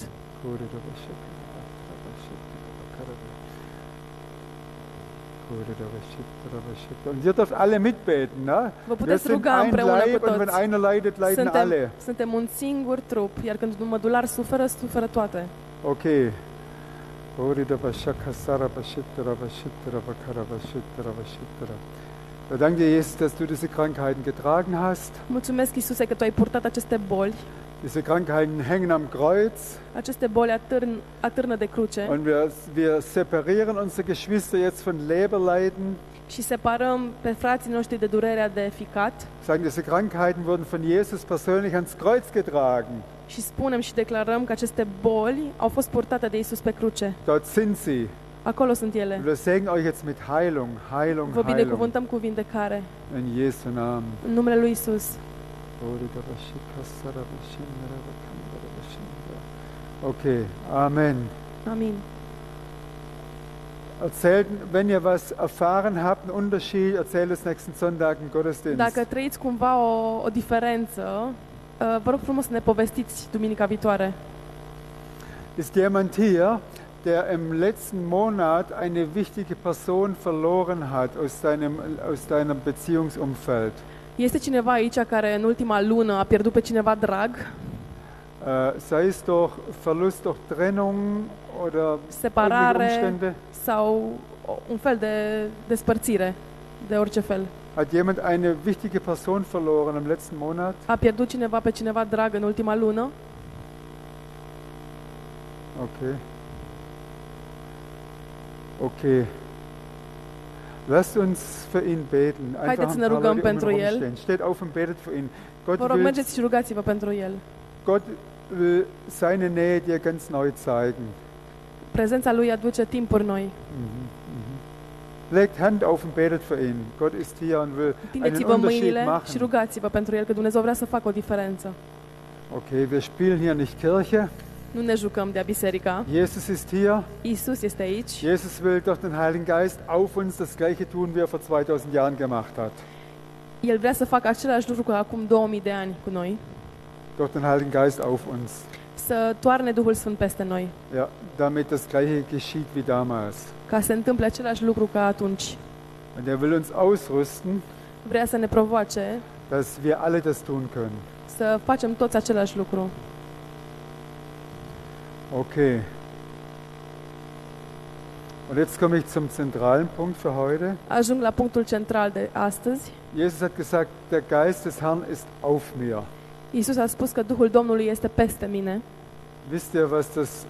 A: Und ihr dürft alle mitbeten, ne?
B: Vă
A: Wir
B: puteți
A: sind
B: ruga
A: ein
B: împreună cu
A: Leib und wenn
B: toți.
A: einer leidet, leiden alle.
B: Suntem, suntem un singur trup, iar când un mădular suferă, suferă toate.
A: Okay. Wir danken dir, Jesus, dass du diese Krankheiten getragen hast.
B: Mulțumesc, Iisuse, că Tu ai purtat aceste boli.
A: Diese Krankheiten hängen am Kreuz.
B: Aceste boli atârn, atârnă de cruce
A: Und wir, wir separieren unsere Geschwister jetzt von Leberleiden.
B: și separăm pe frații noștri de durerea de ficat
A: Sagen, diese Krankheiten wurden von Jesus persönlich ans Kreuz getragen.
B: și spunem și declarăm că aceste boli au fost purtate de Iisus pe cruce.
A: Dort sind sie.
B: Acolo sunt
A: Und
B: ele.
A: wir segnen euch jetzt mit Heilung, Heilung,
B: Vă
A: Heilung.
B: binecuvântăm cu vindecare.
A: In Jesu Namen.
B: În numele lui Isus.
A: Okay, Amen.
B: Amin.
A: Erzählt, wenn ihr was erfahren habt, einen Unterschied, erzählt es nächsten Sonntag im Gottesdienst.
B: Dacă trăiți cumva o, o diferență, uh, vă rog frumos să ne povestiți duminica viitoare.
A: Ist jemand hier, der im letzten Monat eine wichtige Person verloren hat aus deinem, aus deinem Beziehungsumfeld?
B: Este cineva aici care în ultima lună a pierdut pe cineva drag,
A: Äh, sei es durch Verlust, durch Trennung oder irgendwelche
B: separare
A: Umstände?
B: sau o- un fel de despărțire de orice fel.
A: Hat jemand eine wichtige Person verloren im letzten Monat?
B: A pierdut cineva pe cineva drag în ultima lună?
A: Okay. Okay. Lasst uns für ihn beten.
B: Haideți
A: Einfach ein
B: să ne
A: paar
B: rugăm
A: Leute um
B: pentru
A: ihn
B: el.
A: rumstehen. Steht auf und betet für ihn. Gott
B: Vă rog,
A: will
B: mergeți și rugați-vă pentru el.
A: Gott will seine Nähe dir ganz neu zeigen. Mhm,
B: Prezența lui aduce timpuri noi.
A: Legt Hand auf und betet für ihn. Gott ist hier und will.
B: Tindeți-vă
A: Einen Unterschied
B: mâinile
A: machen.
B: și rugați-vă pentru el, că Dumnezeu vrea să facă o diferență.
A: Okay, wir spielen hier nicht Kirche.
B: Nu ne jucăm de-a biserica.
A: Jesus ist hier.
B: Isus este aici.
A: Jesus will durch den Heiligen Geist auf uns das Gleiche tun, wie er vor 2000 Jahren gemacht hat.
B: El vrea să facă același lucru ca acum 2000 de ani cu noi.
A: Durch den Heiligen Geist auf uns.
B: Să toarne Duhul Sfânt peste noi.
A: Ja, damit das Gleiche geschieht wie damals.
B: Ca să se întâmple același lucru ca atunci.
A: Und er will uns ausrüsten,
B: Vrea să ne provoace
A: dass wir alle das tun können.
B: să facem toți același lucru.
A: Okay. Und jetzt komme ich zum zentralen Punkt für heute.
B: Ajung la punctul central de astăzi.
A: Jesus hat gesagt, der Geist des Herrn ist auf mir.
B: Iisus a spus că Duhul Domnului este peste mine.
A: Wisst ihr, was das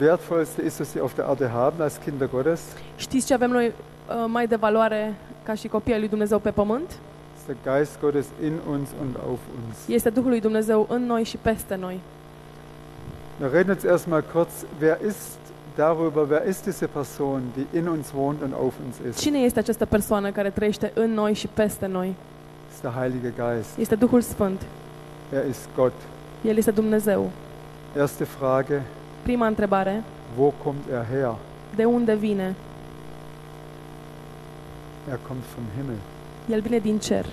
A: Wertvollste ist, was wir auf der Erde haben als Kinder Gottes?
B: Știți ce avem noi uh, mai de valoare ca și copii ai lui Dumnezeu pe pământ?
A: Das ist der Geist Gottes in uns und auf uns.
B: Este Duhul lui Dumnezeu în noi și peste noi.
A: Wir reden jetzt erstmal kurz, wer ist darüber, wer ist diese Person, die in uns wohnt und auf uns ist?
B: Cine este această persoană care trăiește în noi și peste noi?
A: Das ist der Heilige Geist.
B: Este Duhul Sfânt.
A: Er ist Gott.
B: El este Dumnezeu.
A: Erste Frage,
B: Prima întrebare,
A: wo kommt er her?
B: de unde vine?
A: Er kommt vom Himmel.
B: El vine din cer.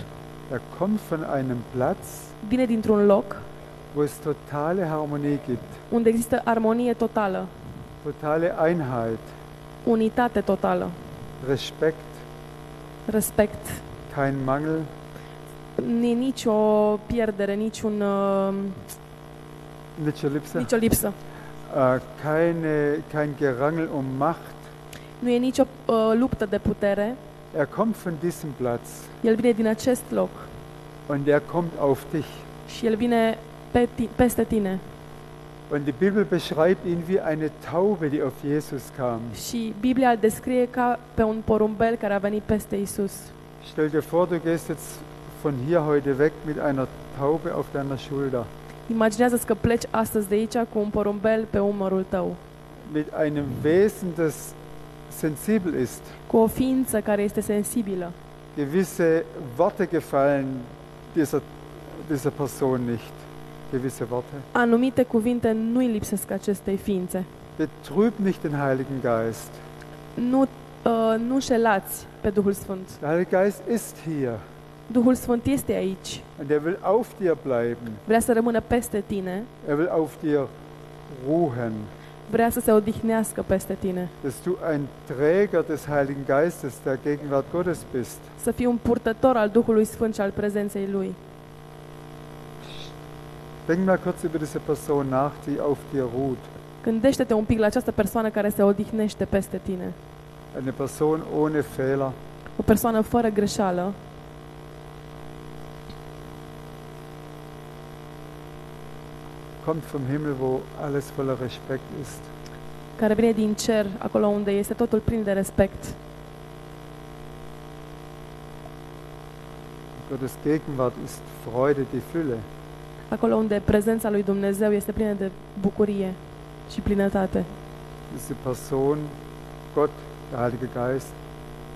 A: Er kommt von einem Platz,
B: Vine dintr-un loc
A: wo es totale Harmonie gibt,
B: unde există armonie totală,
A: totale Einheit,
B: unitate totală,
A: Respekt,
B: respect,
A: kein Mangel,
B: ni- nicio pierdere, niciun, uh,
A: nicio Lipse,
B: nicio lipsă.
A: äh, keine, kein Gerangel um Macht.
B: Nu e nicio uh, luptă de putere.
A: Er kommt von diesem Platz
B: El vine din acest loc
A: und er kommt auf dich.
B: și el vine pe ti- peste tine.
A: Und die Bibel beschreibt ihn wie eine Taube, die auf Jesus kam.
B: Și Biblia îl descrie ca pe un porumbel care a venit peste Isus.
A: Stell dir vor, du gehst jetzt von hier heute weg mit einer Taube auf deiner Schulter,
B: Imaginează-ți că pleci astăzi de aici cu un porumbel pe umărul tău,
A: mit einem Wesen, das sensibel ist.
B: cu o ființă care este sensibilă.
A: Gewisse Worte gefallen dieser, dieser Person nicht. Gewisse Worte.
B: Anumite cuvinte nu-i lipsesc acestei ființe.
A: Betrüb nicht den Heiligen Geist.
B: Nu, uh, nu șelați pe Duhul Sfânt.
A: Der Heilige Geist ist hier
B: Duhul Sfânt este aici.
A: und er will auf dir bleiben.
B: Vrea să rămână peste tine,
A: Er will auf dir ruhen,
B: vrea să se odihnească peste tine,
A: dass du ein Träger des Heiligen Geistes, der Gegenwart Gottes bist.
B: să fii un purtător al Duhului Sfânt și al prezenței Lui.
A: Denk mal kurz über diese Person nach, die auf dir ruht.
B: Gândește-te un pic la această persoană care se odihnește peste tine.
A: Eine Person ohne Fehler.
B: O persoană fără greșeală.
A: kommt vom Himmel, wo alles voller Respekt ist.
B: care vine din cer, acolo unde este totul plin de respect.
A: Gottes Gegenwart ist Freude, die Fülle.
B: Acolo unde prezența lui Dumnezeu este plină de bucurie și plinătate.
A: Diese Person, Gott, der Heilige Geist,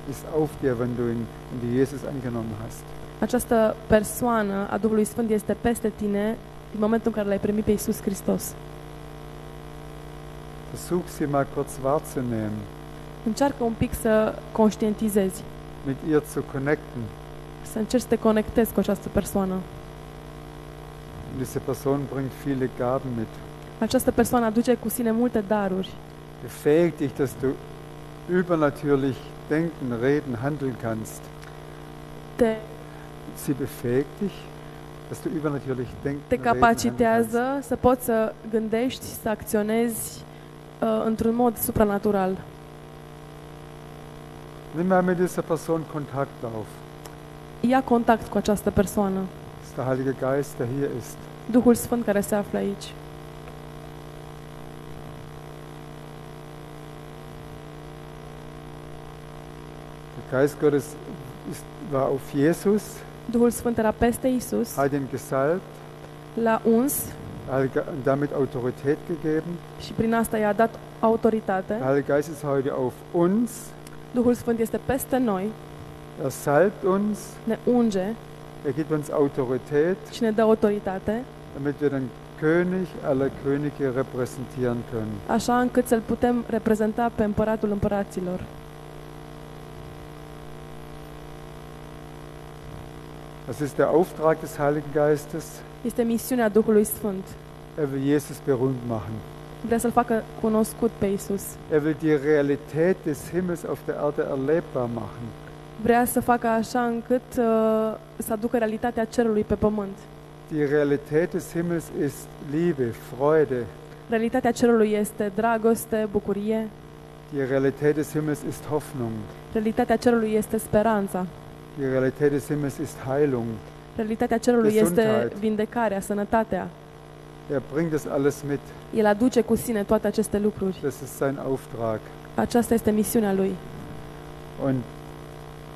A: ist auf dir, wenn du ihn, wenn du Jesus angenommen hast.
B: Această persoană a Duhului Sfânt este peste tine din momentul în care l-ai primit pe Isus Hristos.
A: Versuch sie mal kurz wahrzunehmen,
B: Încearcă un pic să conștientizezi,
A: mit ihr zu connecten.
B: să încerci să te conectezi cu această persoană.
A: Und diese Person bringt viele Gaben mit.
B: Această persoană aduce cu sine multe daruri.
A: Befähigt dich, dass du übernatürlich denken, reden, handeln kannst.
B: Te,
A: Sie befähigt dich, dass du übernatürlich denken,
B: te
A: reden, handeln kannst.
B: capacitează să poți să gândești, să acționezi uh, într-un mod supranatural.
A: Nimm mal mit dieser Person Kontakt auf.
B: Ia contact cu această persoană.
A: Es ist der Heilige Geist, der hier ist.
B: Duhul Sfânt care se află aici.
A: Der Geist Gottes ist, war auf Jesus,
B: Duhul Sfânt era peste Isus,
A: hat ihn gesalbt
B: l-a uns
A: der Heilige- und damit Autorität gegeben.
B: și prin asta i-a dat autoritate.
A: Der Heilige Geist ist heute auf uns.
B: Duhul Sfânt este peste noi,
A: Er salbt uns,
B: ne unge
A: er gibt uns Autorität,
B: și ne dă autoritate,
A: damit wir den König aller Könige repräsentieren können.
B: așa încât să-L putem reprezenta pe Împăratul Împăraților.
A: Das ist der Auftrag des Heiligen Geistes.
B: Este misiunea Duhului Sfânt.
A: Er will Jesus berühmt machen.
B: Vrea să-L facă cunoscut pe Isus.
A: Er will die Realität des Himmels auf der Erde erlebbar machen.
B: Vrea să facă așa încât uh, să aducă realitatea cerului pe pământ.
A: Die Realität des Himmels ist Liebe, Freude,
B: Realitatea cerului este dragoste, bucurie.
A: Die Realität des Himmels ist Hoffnung.
B: Realitatea cerului este speranța.
A: Die Realität des Himmels ist Heilung.
B: Realitatea cerului este
A: Gesundheit.
B: vindecarea, sănătatea.
A: Er bringt das alles mit.
B: El aduce cu sine toate aceste lucruri.
A: Das ist sein Auftrag.
B: Aceasta este misiunea lui.
A: Und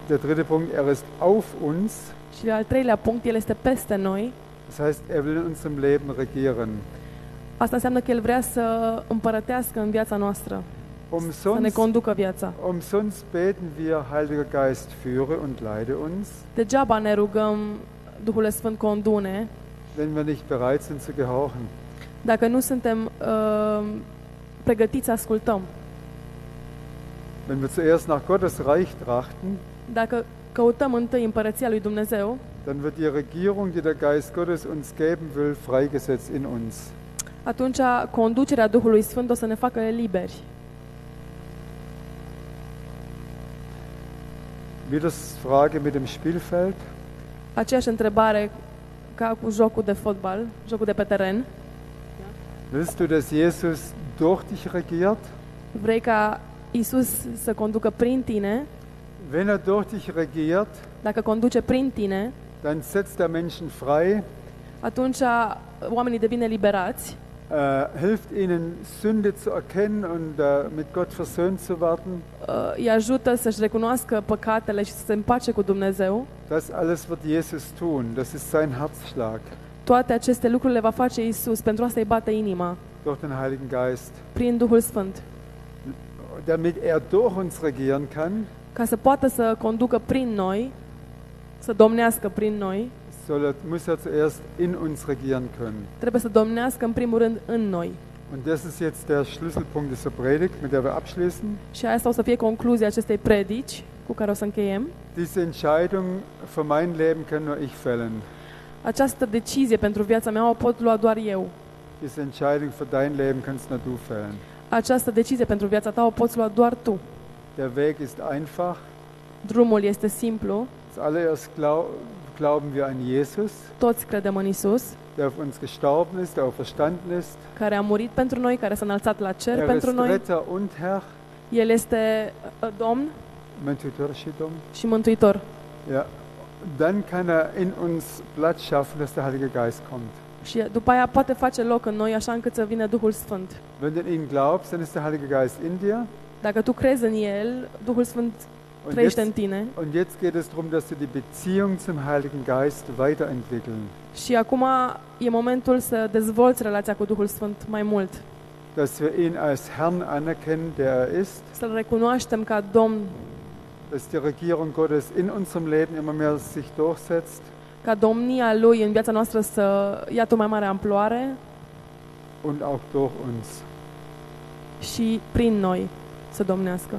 A: der dritte Punkt, er ist auf uns.
B: Și al treilea punct, el este peste noi.
A: Das heißt, er will in unserem Leben regieren.
B: Asta înseamnă că el vrea să împărătească în viața noastră, să ne
A: Umsonst,
B: conducă viața.
A: umsonst beten wir, Heiliger Geist, führe und leite uns,
B: Degeaba ne rugăm Duhul Sfânt condune,
A: wenn wir nicht bereit sind zu gehorchen.
B: dacă nu suntem uh, pregătiți să ascultăm.
A: Wenn wir zuerst nach Gottes Reich trachten,
B: Dacă căutăm întâi împărăția lui Dumnezeu,
A: dann wird die Regierung, die der Geist Gottes uns geben will, freigesetzt in uns.
B: atunci conducerea Duhului Sfânt o să ne facă liberi.
A: Wie das Frage mit dem Spielfeld.
B: Aceeași întrebare ca cu jocul de fotbal, jocul de pe teren.
A: Willst du, dass Jesus durch dich regiert?
B: Vrei ca Isus să conducă prin tine?
A: Wenn er durch dich regiert,
B: Dacă conduce prin tine,
A: dann setzt er Menschen frei,
B: atunci oamenii devin eliberați,
A: äh, hilft ihnen, Sünde zu erkennen und äh, mit Gott versöhnt zu werden.
B: uh, îi ajută să-și recunoască păcatele și să se împace cu Dumnezeu.
A: Das alles wird Jesus tun. Das ist sein Herzschlag
B: Toate aceste lucruri le va face Isus, pentru asta îi bate inima,
A: durch den Heiligen Geist.
B: prin Duhul Sfânt,
A: Damit er durch uns regieren kann,
B: ca să poată să conducă prin noi, să domnească prin noi,
A: soll er, muss er zuerst in uns regieren können.
B: trebuie să domnească în primul rând în noi.
A: Und das ist jetzt der Schlüsselpunkt dieser Predigt, mit der wir abschließen.
B: Și asta o să fie concluzia acestei predici cu care o să încheiem.
A: Diese Entscheidung für mein Leben kann nur ich fällen.
B: Această decizie pentru viața mea o pot lua doar eu.
A: Diese Entscheidung für dein Leben kannst nur du fällen.
B: Această decizie pentru viața ta o poți lua doar tu.
A: Der Weg ist einfach.
B: Drumul este simplu,
A: Zuallererst glau glauben wir an Jesus,
B: toți credem în Isus,
A: der auf uns gestorben ist, der auch verstanden ist.
B: care a murit pentru noi, care s-a înălțat la cer
A: Er ist
B: pentru noi.
A: Retter und Herr.
B: El este uh, Domn
A: Mentutorshidum.
B: și Mântuitor.
A: um. Ja. Dann kann er in uns Platz schaffen, dass der Heilige Geist kommt.
B: Și după aia poate face loc în noi așa încât să vină Duhul Sfânt.
A: Wenn du an ihn glaubst, dann ist der Heilige Geist in dir.
B: Dacă tu crezi în El, Duhul Sfânt
A: Und
B: trăiește în
A: jetzt,
B: tine.
A: und jetzt geht es darum, dass du die Beziehung zum Heiligen Geist weiterentwickeln.
B: Și acum e momentul să dezvolți relația cu Duhul Sfânt mai mult.
A: Dass wir ihn als Herrn anerkennen, der er ist.
B: Să-L recunoaștem ca Domn,
A: Dass die Regierung Gottes in unserem Leben immer mehr sich durchsetzt.
B: ca domnia Lui în viața noastră să ia o mai mare amploare
A: und auch durch uns.
B: și prin noi să domnească.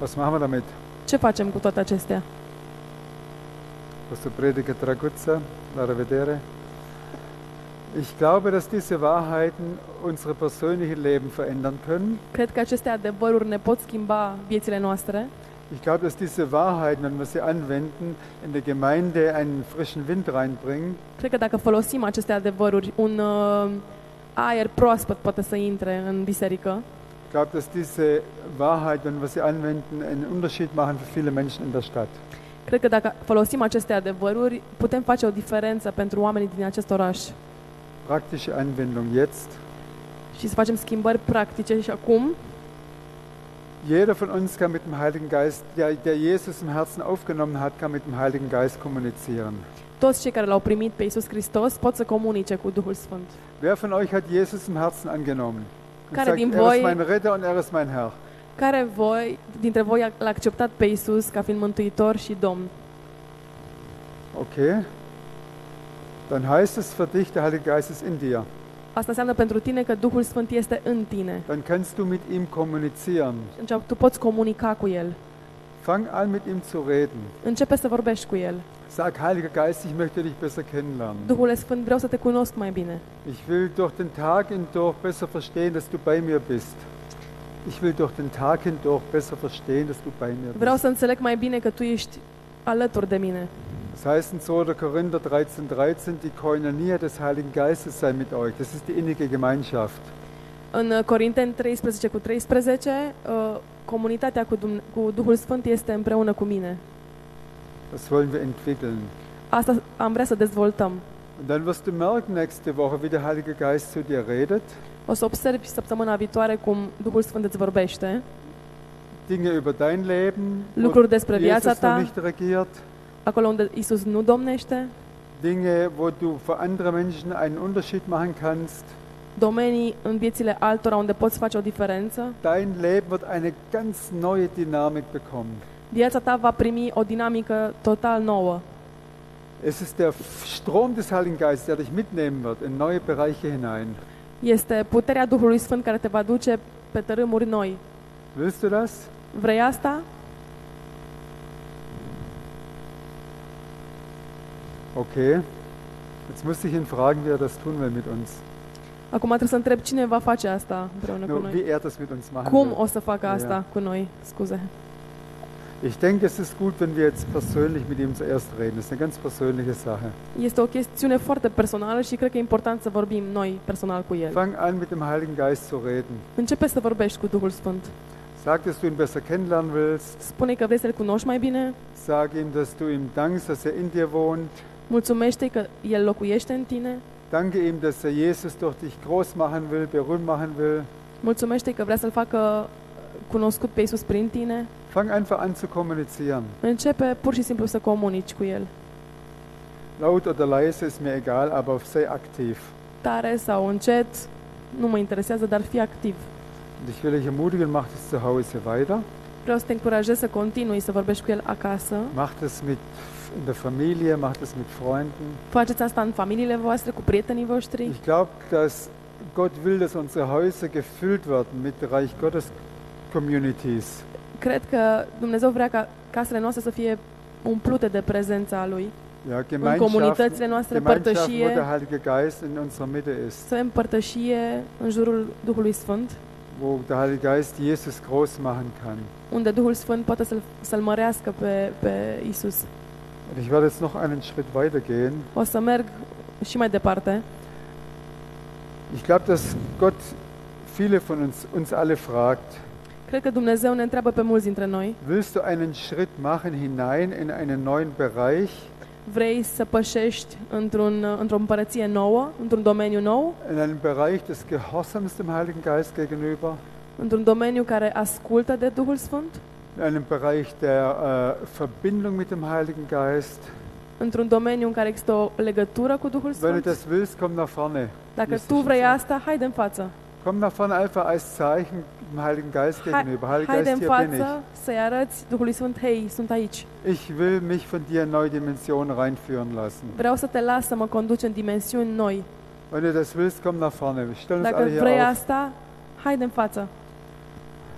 A: Was machen wir damit?
B: Ce facem cu toate acestea?
A: Hast du Prediger Draguzza? La revedere. Ich glaube, dass diese Wahrheiten unsere persönlichen Leben verändern können.
B: Cred că aceste adevăruri ne pot schimba viețile noastre.
A: Ich glaube, dass diese Wahrheiten, wenn wir sie anwenden, in der Gemeinde einen frischen Wind reinbringen
B: Cred că dacă folosim aceste adevăruri, un uh, aer proaspăt poate să intre în biserică.
A: Ich glaube, dass diese Wahrheit, wenn wir sie anwenden, einen Unterschied machen für viele Menschen in der Stadt.
B: Cred că dacă folosim aceste adevăruri, putem face o diferență pentru oamenii din acest oraș
A: Praktische Anwendung jetzt.
B: și să facem schimbări practice și acum.
A: Jeder von uns kann mit dem Heiligen Geist, der, der Jesus im Herzen aufgenommen hat, kann mit dem Heiligen Geist kommunizieren.
B: Toți cei care l-au primit pe Iisus Hristos pot să comunice cu Duhul Sfânt.
A: Wer von euch hat Jesus im Herzen angenommen? Und
B: Cara
A: sagt,
B: din
A: er
B: voi-
A: ist mein Retter und er ist mein Herr.
B: Care voi, dintre voi l-a acceptat pe Iisus ca fiind mântuitor și domn?
A: Okay. Dann heißt es für dich, der Heilige Geist ist in dir.
B: Asta înseamnă pentru tine că Duhul Sfânt este în tine.
A: Dann kannst du mit ihm kommunizieren.
B: Deci tu poți comunica cu El.
A: Fang an, mit ihm zu reden.
B: Începe să vorbești cu El.
A: Sag, Heiliger Geist, ich möchte dich besser kennenlernen.
B: Duhul Sfânt, vreau să te cunosc mai bine.
A: Ich will durch den Tag hindurch besser verstehen, dass du bei mir bist. Ich will durch den Tag hindurch besser verstehen, dass du bei mir
B: Vreau
A: bist.
B: să înțeleg mai bine că tu ești alături de mine.
A: Es heißt in 2. Korinther 13,13, die Koinonia des Heiligen Geistes sei mit euch. Das ist die innige Gemeinschaft.
B: În uh, Corinteni 13 cu 13, uh, comunitatea cu, Dumne- cu Duhul Sfânt este împreună cu mine.
A: Das wollen wir entwickeln.
B: Asta am vrea să dezvoltăm.
A: Und dann wirst du merken nächste Woche, wie der Heilige Geist zu dir redet,
B: O să observi săptămâna viitoare cum Duhul Sfânt îți vorbește,
A: Dinge über dein Leben, wo
B: lucruri despre viața
A: Jesus noch
B: ta,
A: nicht regiert,
B: acolo unde Isus nu domnește,
A: Dinge, wo du für andere Menschen einen Unterschied machen kannst.
B: domenii în viețile altora unde poți face o diferență.
A: Dein Leben wird eine ganz neue Dynamik bekommen.
B: Viața ta va primi o dinamică total nouă.
A: Es ist der F- Strom des Heiligen Geistes, der dich mitnehmen wird in neue Bereiche hinein.
B: Este puterea Duhului Sfânt care te va duce pe tărâmuri noi.
A: Willst du das?
B: Vrei asta?
A: Okay. Jetzt musste ich ihn fragen, wie er das tun will mit uns.
B: Acum trebuie să întreb cine va face asta împreună cu
A: Nur,
B: noi.
A: wie er das mit uns machen
B: Cum
A: will.
B: o să facă asta cu noi? Scuze.
A: Ich denke, es ist gut, wenn wir jetzt persönlich mit ihm zuerst reden. Das ist eine ganz persönliche Sache.
B: Este o chestiune foarte personală și cred că e important să vorbim noi personal cu el.
A: Fang an, mit dem Heiligen Geist zu reden.
B: Începe să vorbești cu Duhul Sfânt.
A: Sag, dass du ihn besser kennenlernen willst.
B: Spune că vrei să-L cunoști mai bine,
A: Sag ihm, dass du ihm dankst, dass er in dir wohnt.
B: mulțumește că El locuiește în tine,
A: Danke ihm, dass er Jesus durch dich groß machen will, berühmt machen will.
B: mulțumește că vrea să-L facă cunoscut pe Iisus prin tine.
A: Fang einfach an zu kommunizieren.
B: Începe pur și simplu să comunici cu El,
A: Laut oder leise ist mir egal, aber sei aktiv.
B: tare sau încet, nu mă interesează, dar fii activ.
A: Und ich will dich ermutigen, mach das zu Hause weiter.
B: Vreau să te încurajez să continui să vorbești cu El acasă.
A: Mach das mit in der Familie, mach das mit Freunden.
B: Faceți asta în familiile voastre, cu prietenii voștri.
A: Ich glaube, dass Gott will, dass unsere Häuser gefüllt werden mit Reich Gottes Communities.
B: Cred că Dumnezeu vrea ca casele noastre să fie umplute de prezența Lui.
A: Ja,
B: În
A: Gemeinschaften,
B: comunitățile noastre,
A: Gemeinschaften, wo der
B: părtășie,
A: Heilige Geist in unserer Mitte ist,
B: să avem părtășie în jurul Duhului Sfânt,
A: wo der Heilige Geist Jesus groß machen kann.
B: unde Duhul Sfânt poate să-L, să-l mărească pe, pe Isus.
A: Und ich werde jetzt noch einen Schritt weiter gehen.
B: O să merg și mai departe.
A: Ich glaube, dass Gott viele von uns, uns alle fragt,
B: Cred că Dumnezeu ne întreabă pe mulți dintre noi.
A: willst du einen Schritt machen hinein in einen neuen Bereich,
B: Vrei să pășești într-un, într-o împărăție nouă, într-un domeniu nou,
A: in einen Bereich des Gehorsams dem Heiligen Geist gegenüber?
B: într-un domeniu care ascultă de Duhul Sfânt,
A: in einem Bereich der äh, Verbindung mit dem Heiligen Geist.
B: într-un domeniu în care există o legătură cu Duhul
A: Wenn du
B: Sfânt.
A: das willst, komm nach vorne.
B: Dacă
A: este
B: tu
A: și
B: vrei
A: așa.
B: asta, haide în față.
A: Komm nach vorne einfach als Zeichen dem Heiligen Geist
B: Hai-
A: gegenüber. Heiliger
B: haide în
A: Geist, hier bin
B: față să-i arăți Duhului Sfânt, hei, sunt aici.
A: ich. Ich will mich von dir in neue Dimensionen reinführen lassen.
B: Vreau să te las să mă conduci în dimensiuni noi.
A: Wenn du das willst, komm nach vorne. Wir stellen uns
B: Dacă
A: alle
B: vrei
A: hier auf.
B: asta, haide în față.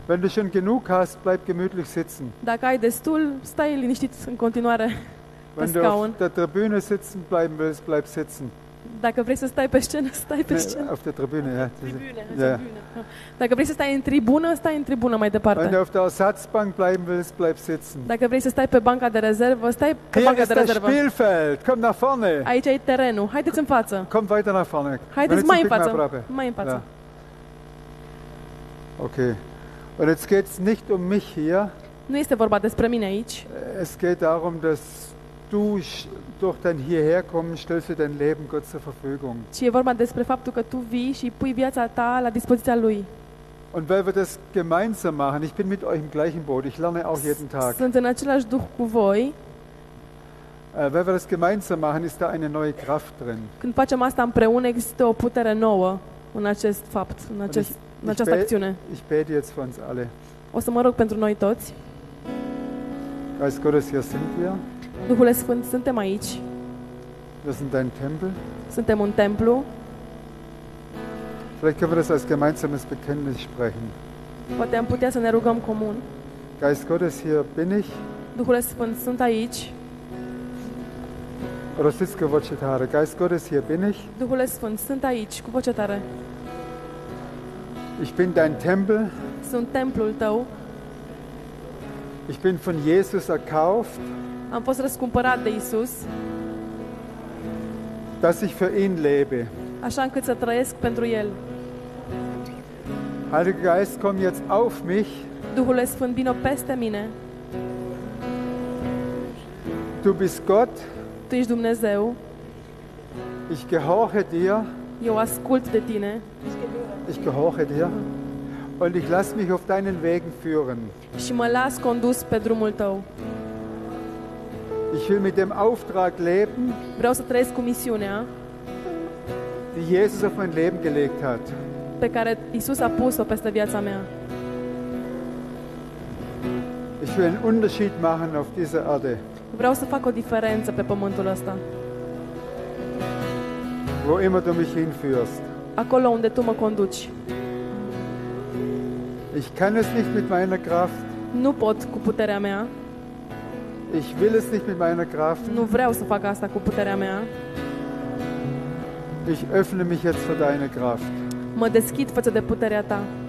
A: Wenn du schon genug hast, bleib gemütlich sitzen.
B: Dacă ai destul, stai liniștit în continuare.
A: Wenn
B: Das
A: du auf
B: Gauen.
A: der Tribüne sitzen bleiben willst, bleib sitzen.
B: Dacă vrei să stai pe scenă, stai pe
A: Ne,
B: scenă.
A: auf der Tribüne, ja. diese-
B: Tribune,
A: Da.
B: tribune. Dacă vrei să stai în tribună, stai în tribună mai
A: Wenn
B: departe.
A: du auf der Ersatzbank bleiben willst, bleib sitzen.
B: Dacă vrei să stai pe banca de rezervă, stai pe
A: Hier
B: banca
A: ist
B: de
A: das
B: rezervă.
A: Spielfeld. Komm nach vorne.
B: Aici e terenul. Haideți în față.
A: Komm weiter nach vorne. Wenn
B: Haideți
A: jetzt
B: mai
A: ein
B: în
A: Pick mal
B: față.
A: Brabe.
B: Mai în
A: Da.
B: față.
A: Ja. Okay. Und jetzt geht es nicht um mich hier.
B: Nu este vorba despre mine aici.
A: Es geht darum, dass du sch- durch dein Hierherkommen stellst du dein Leben Gott zur Verfügung.
B: ci e vorba despre faptul că tu vii și îi pui viața ta la dispoziția lui.
A: Und weil wir das gemeinsam machen, ich bin mit euch im gleichen Boot, ich lerne auch jeden Tag. Äh,
B: Sunt în același duh cu voi.
A: Äh, weil wir das gemeinsam machen, ist da eine neue Kraft drin.
B: Când facem asta împreună, există o putere nouă în acest fapt, în, acest, în
A: deci
B: această
A: pe-
B: acțiune.
A: Ich bete jetzt für uns alle.
B: O să mă rog pentru noi toți.
A: Geist Gottes, hier sind wir.
B: Duhule Sfânt, suntem aici.
A: Wir sind dein Tempel.
B: Suntem un templu.
A: Vielleicht können wir das als gemeinsames Bekenntnis sprechen.
B: Poate am putea să ne rugăm comun.
A: Geist Gottes, hier bin ich.
B: Duhule Sfânt, sunt aici.
A: Rositske Wojcetare, Geist Gottes, hier bin ich.
B: Duhule Sfânt, sunt aici, cu voce tare.
A: Ich bin dein Tempel.
B: Sunt templul tău.
A: Ich bin von Jesus erkauft.
B: Am fost răscumpărat de Isus,
A: dass ich für ihn lebe.
B: așa încât să trăiesc pentru El.
A: Heiliger Geist, komm jetzt auf mich.
B: Duhul Sfânt, vino peste mine.
A: Du bist Gott.
B: Tu ești Dumnezeu,
A: Ich gehorche dir.
B: eu ascult de Tine
A: Ich gehorche dir. Und ich lasse mich auf deinen Wegen führen.
B: și mă las condus pe drumul Tău.
A: Ich will mit dem Auftrag leben,
B: Vreau să trăiesc cu misiunea
A: die Jesus auf mein Leben gelegt hat.
B: pe care Isus a pus-o peste viața mea.
A: Ich will einen Unterschied machen auf dieser Erde,
B: Vreau să fac o diferență pe pământul ăsta,
A: wo immer du mich hinführst.
B: acolo unde Tu mă conduci.
A: Ich kann es nicht mit meiner Kraft.
B: Nu pot cu puterea mea,
A: Ich will es nicht mit meiner Kraft.
B: nu vreau să fac asta cu puterea mea.
A: Ich öffne mich jetzt für deine Kraft.
B: Mă deschid față de puterea Ta.